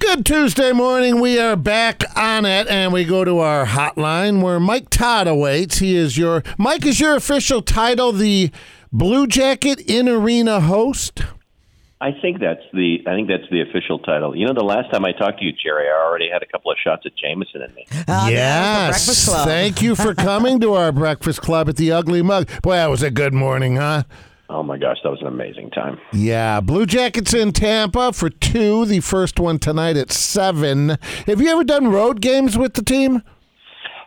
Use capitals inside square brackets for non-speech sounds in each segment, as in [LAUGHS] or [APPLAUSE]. Good Tuesday morning. We are back on it, and we go to our hotline where Mike Todd awaits. He is your Mike. Is your official title the Blue Jacket in arena host? I think that's the I think that's the official title. You know, the last time I talked to you, Jerry, I already had a couple of shots at Jameson in me. Uh, yes. Breakfast Club. Thank you for coming to our breakfast club at the Ugly Mug. Boy, that was a good morning, huh? Oh my gosh, that was an amazing time. Yeah, Blue Jackets in Tampa for two. The first one tonight at seven. Have you ever done road games with the team?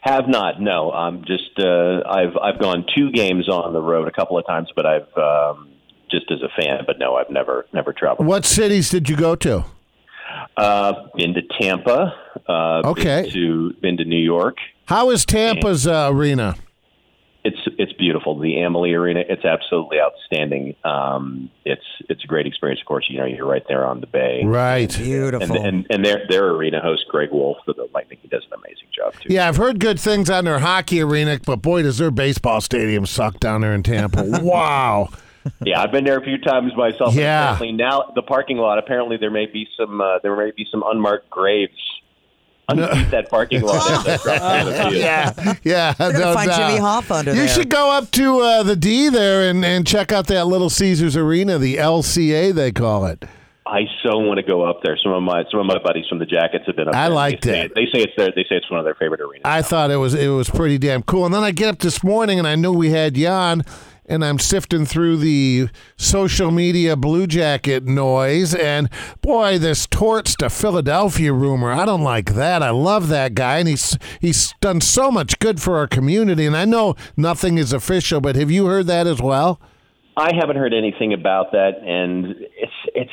Have not. No, I'm just uh, I've I've gone two games on the road a couple of times, but I've um, just as a fan, but no, I've never never traveled. What cities did you go to? Uh, been to Tampa. Uh, Okay. Been to been to New York. How is Tampa's uh, arena? It's it's beautiful. The Amalie Arena. It's absolutely outstanding. Um, it's it's a great experience. Of course, you know you're right there on the bay. Right. Beautiful. And, and and their their arena host Greg Wolf for the Lightning. He does an amazing job too. Yeah, I've heard good things on their hockey arena, but boy, does their baseball stadium suck down there in Tampa. wow. Yeah, I've been there a few times myself. Yeah. Apparently now the parking lot. Apparently there may be some uh, there may be some unmarked graves underneath that parking [LAUGHS] lot. That's right. Yeah, yeah. They're gonna find Jimmy Hoff under you there. should go up to uh, the D there and, and check out that Little Caesars Arena, the LCA they call it. I so want to go up there. Some of my some of my buddies from the Jackets have been up I there. They liked say- it. They say it's their they say it's one of their favorite arenas. I thought it was it was pretty damn cool. And then I get up this morning and I knew we had Jan, and I'm sifting through the social media Blue Jacket noise, and boy, this torts to Philadelphia rumor. I don't like that. I love that guy, and he's he's done so much good for our community. And I know nothing is official, but have you heard that as well? I haven't heard anything about that, and it's it's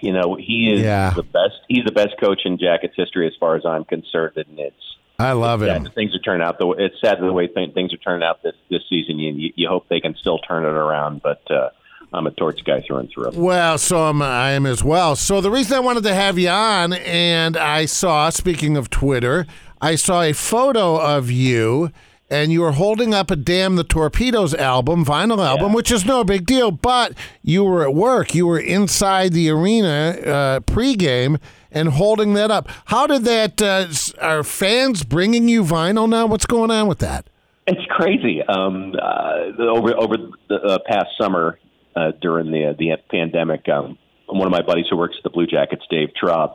you know he is Yeah. the best. He's the best coach in Jackets history, as far as I'm concerned, and it's. I love sad him. that things are turning out the way it's sad the way th- things are turning out this this season. You, you you hope they can still turn it around, but uh, I'm a torch guy through and through. Well, so am I am as well. So the reason I wanted to have you on, and I saw, speaking of Twitter, I saw a photo of you, and you were holding up a Damn the Torpedoes album, vinyl album, which is no big deal, but you were at work. You were inside the arena uh, pregame and holding that up. How did that, uh, s- are fans bringing you vinyl now? What's going on with that? It's crazy. Um, uh, the- over over the uh, past summer uh, during the the pandemic, um, one of my buddies who works at the Blue Jackets, Dave Traub,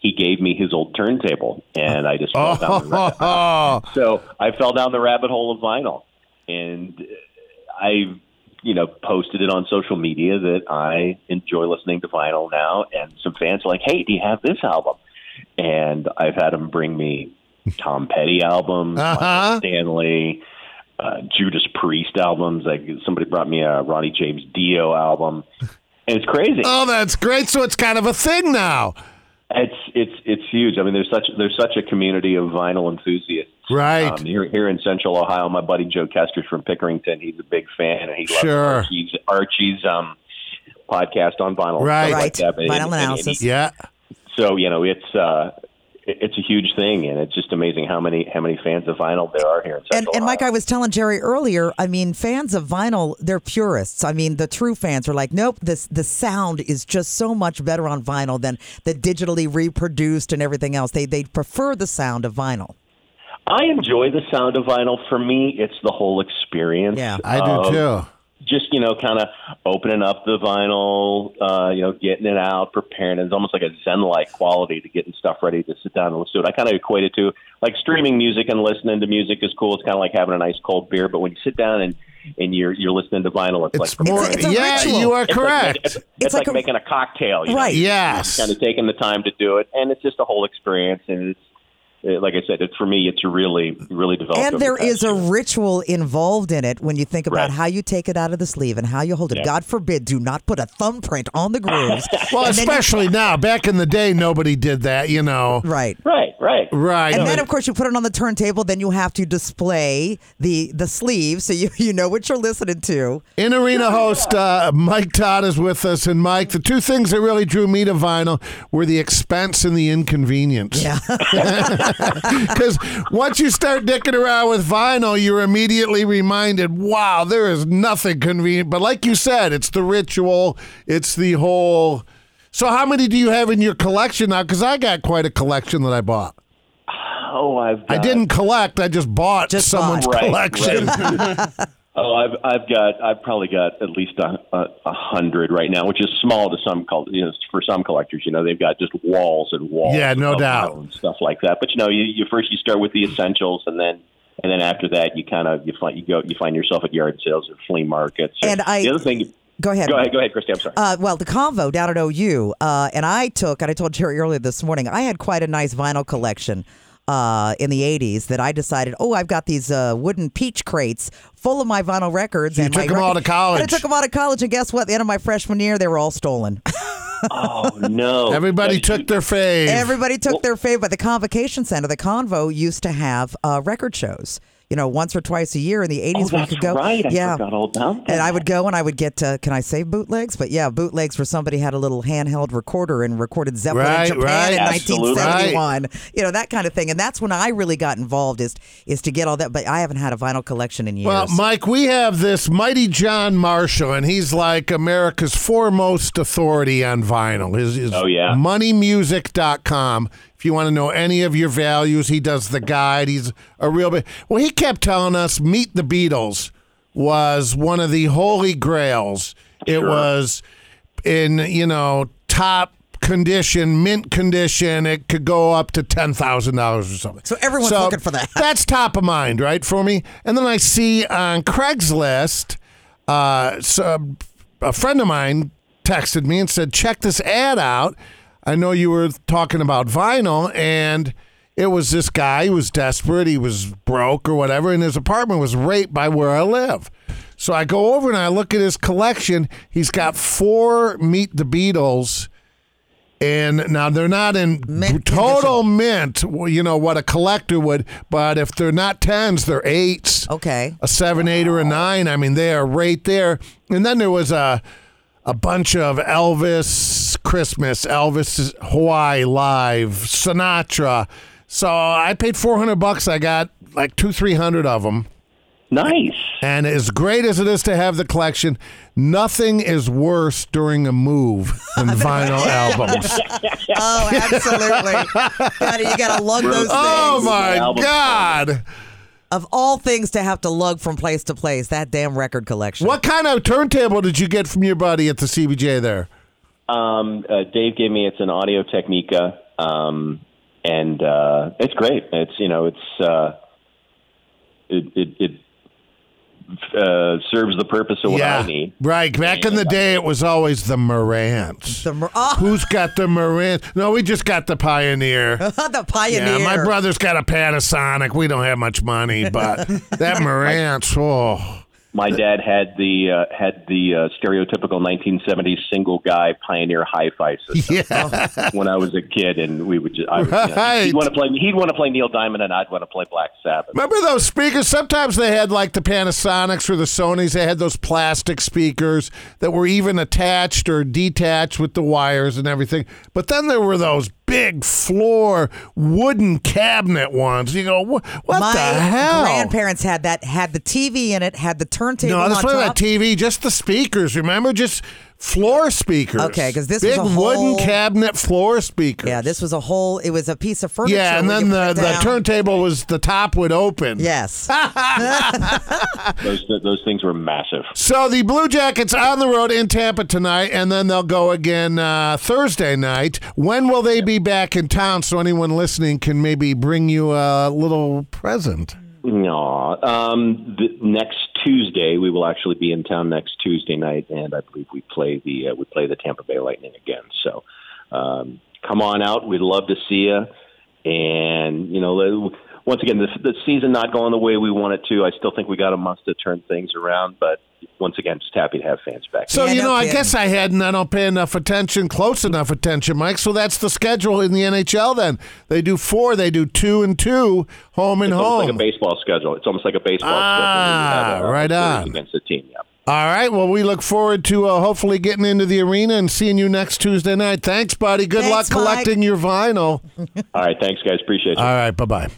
he gave me his old turntable, and I just fell down [LAUGHS] the rabbit Oh, So I fell down the rabbit hole of vinyl, and uh, I, you know, posted it on social media that I enjoy listening to vinyl now. And some fans are like, "Hey, do you have this album?" And I've had them bring me Tom Petty albums, Uh-huh. Michael Stanley, uh, Judas Priest albums. Like somebody brought me a Ronnie James Dio album, and it's crazy. oh, that's great. So it's kind of a thing now. It's it's it's huge. I mean, there's such there's such a community of vinyl enthusiasts. Right. Um, here here in Central Ohio, my buddy Joe Kester's from Pickerington. He's a big fan, and he loves Sure. Archie's Archie's um podcast on vinyl. and Right. stuff right. Like that. And- Vinyl and- analysis. Yeah. and so you know, it's uh, it- it's a huge thing, and it's just amazing how many how many fans of vinyl there are here in and, Central. and Mike, Ohio. I was telling Jerry earlier. I mean, fans of vinyl, they're purists. I mean, the true fans are like, nope, this the sound is just so much better on vinyl than the digitally reproduced and everything else. They they prefer the sound of vinyl. I enjoy the sound of vinyl. For me, it's the whole experience. Yeah. I do of too. just you know kind of opening up the vinyl uh you know getting it out preparing it's almost like a zen like quality to getting stuff ready to sit down and listen to it i kind of equate it to like streaming music and listening to music is cool it's kind of like having a nice cold beer but when you sit down and and you're you're listening to vinyl it's, It's like more. It's a- it's a yeah, ritual. you are it's like correct. making- it's, it's It's like, like a- making a cocktail you know? Right. yes. kind of taking the time to do it and it's just a whole experience and it's uh, like i said it, for me it's really really developed And over the there past is a year. ritual involved in it when you think about Right. how you take it out of the sleeve and how you hold it. Yeah. God forbid, do not put a thumbprint on the [LAUGHS] grooves. well, And then you- especially now. Back in the day, nobody did that. You know. right. right right Right. And then, of course, you put it on the turntable. Then you have to display the the sleeve so you, you know what you're listening to. In arena host uh, Mike Todd is with us, and Mike, the two things that really drew me to vinyl were the expense and the inconvenience. Yeah. Because once you start dicking around with vinyl, you're immediately reminded, wow, there is nothing convenient. But like you said, it's the ritual, it's the whole So how many do you have in your collection now? Because I got quite a collection that I bought. Oh, I've I got- didn't collect. I just bought Just someone's bought. Right, collection. [LAUGHS] Oh, I've I've got I've probably got at least a, a, a hundred right now, which is small to some col- you know, for some collectors. You know, they've got just walls and walls. Yeah, no of doubt. vinyl and stuff like that. But you know, you, you first you start with the essentials, and then and then after that, you kind of you find you go you find yourself at yard sales or flea markets. or- And I- the other thing. Go ahead. Go ahead, go ahead, Christy. I'm sorry. Uh, well, the convo down at OU, uh, and I took, and I told Jerry earlier this morning, I had quite a nice vinyl collection uh, in the 80s that I decided, oh, I've got these uh, wooden peach crates full of my vinyl records. You and took my them all record- to college. And I took them all to college, and guess what? At the end of my freshman year, they were [LAUGHS] all stolen. oh no! Everybody That's- took their fave. Everybody took their fave, but the convocation center, the convo, used to have uh, record shows. You know, once or twice a year in the Oh, eighties, we that's could go. right. I yeah, forgot all about and that. I would go and I would get. Uh, can I say bootlegs? But yeah, bootlegs where somebody had a little handheld recorder and recorded Zeppelin Right, in Japan right. in Absolutely. 1971. You know that kind of thing, and that's when I really got involved is is to get all that. But I haven't had a vinyl collection in years. Well, Mike, we have this mighty John Marshall, and he's like America's foremost authority on vinyl. His, his Oh, yeah. moneymusic.com. If you want to know any of your values, he does the guide. He's a real big. Well, he kept telling us Meet the Beatles was one of the holy grails. It Sure. was in, you know, top condition, mint condition. It could go up to $10,000 or something. So everyone's looking for that. [LAUGHS] That's top of mind, right, for me. And then I see on Craigslist, uh, so a friend of mine texted me and said, "Check this ad out." I know you were talking about vinyl, and it was this guy who was desperate. He was broke or whatever, and his apartment was right by where I live. So I go over and I look at his collection. He's got four Meet the Beatles. And now they're not in Mint total mint, w- you know, what a collector would, but if they're not tens, they're eights. okay. A seven, eight, or a nine. I mean, they are right there. And then there was a a bunch of Elvis Christmas, Elvis Hawaii Live, Sinatra. So I paid four hundred bucks. I got like two, three hundred of them. nice. And as great as it is to have the collection, nothing is worse during a move than vinyl albums. Oh, [LAUGHS] absolutely. Got it. You got to lug those Oh things. my Album. God! Of all things to have to lug from place to place, that damn record collection. What kind of turntable did you get from your buddy at the CBJ there? Um, uh, Dave gave me it's an Audio Technica, um, and uh, it's great. It's you know it's uh, it it, it uh, serves the purpose of what I need. Right. Back in the day, it was always the Morants. The, mer- oh, Who's got the Morant? No, we just got the Pioneer. [LAUGHS] the pioneer. Yeah, my brother's got a Panasonic. We don't have much money, [LAUGHS] but that Morant's, oh. My dad had the uh, had the uh, stereotypical 1970s single guy Pioneer hi-fi system Yeah. when I was a kid, and we would just I would, you know, Right. he'd want to play he'd want to play Neil Diamond, and I'd want to play Black Sabbath. Remember those speakers? Sometimes they had like the Panasonics or the Sonys. They had those plastic speakers that were even attached or detached with the wires and everything. But then there were those big floor wooden cabinet ones. You go, what, what my the hell? grandparents had that, had the TV in it, had the turntable No, on this wasn't a top. TV, just the speakers. Remember, just floor speakers. Okay, 'cause this was big a whole- wooden cabinet floor speakers. yeah, this was a whole, it was a piece of furniture. Yeah, and where then you put the, it the down. turntable was the top would open. Yes. Those those things were massive. So the Blue Jackets on the road in Tampa tonight, and then they'll go again uh, Thursday night. When will they be back in town? So anyone listening can maybe bring you a little present. No. Um, the, next Tuesday, we will actually be in town next Tuesday night, and I believe we play the uh, we play the Tampa Bay Lightning again. So um, come on out. We'd love to see you. And you know, let- once again, the, the season not going the way we want it to. I still think we got a month to turn things around, but once again, just happy to have fans back. So Yeah, you no know, I kidding. guess I hadn't. I don't pay enough attention, close enough attention, Mike. So that's the schedule in the NHL. Then they do four, they do two and two, home and it's almost like home. a baseball schedule. It's almost like a baseball Ah, schedule. when right you have a- a series on. against a team. Yeah. All right. Well, we look forward to uh, hopefully getting into the arena and seeing you next Tuesday night. Thanks, buddy. Good Thanks, luck Mike. [LAUGHS] collecting your vinyl. All right, thanks, guys. Appreciate you. All right. Bye bye.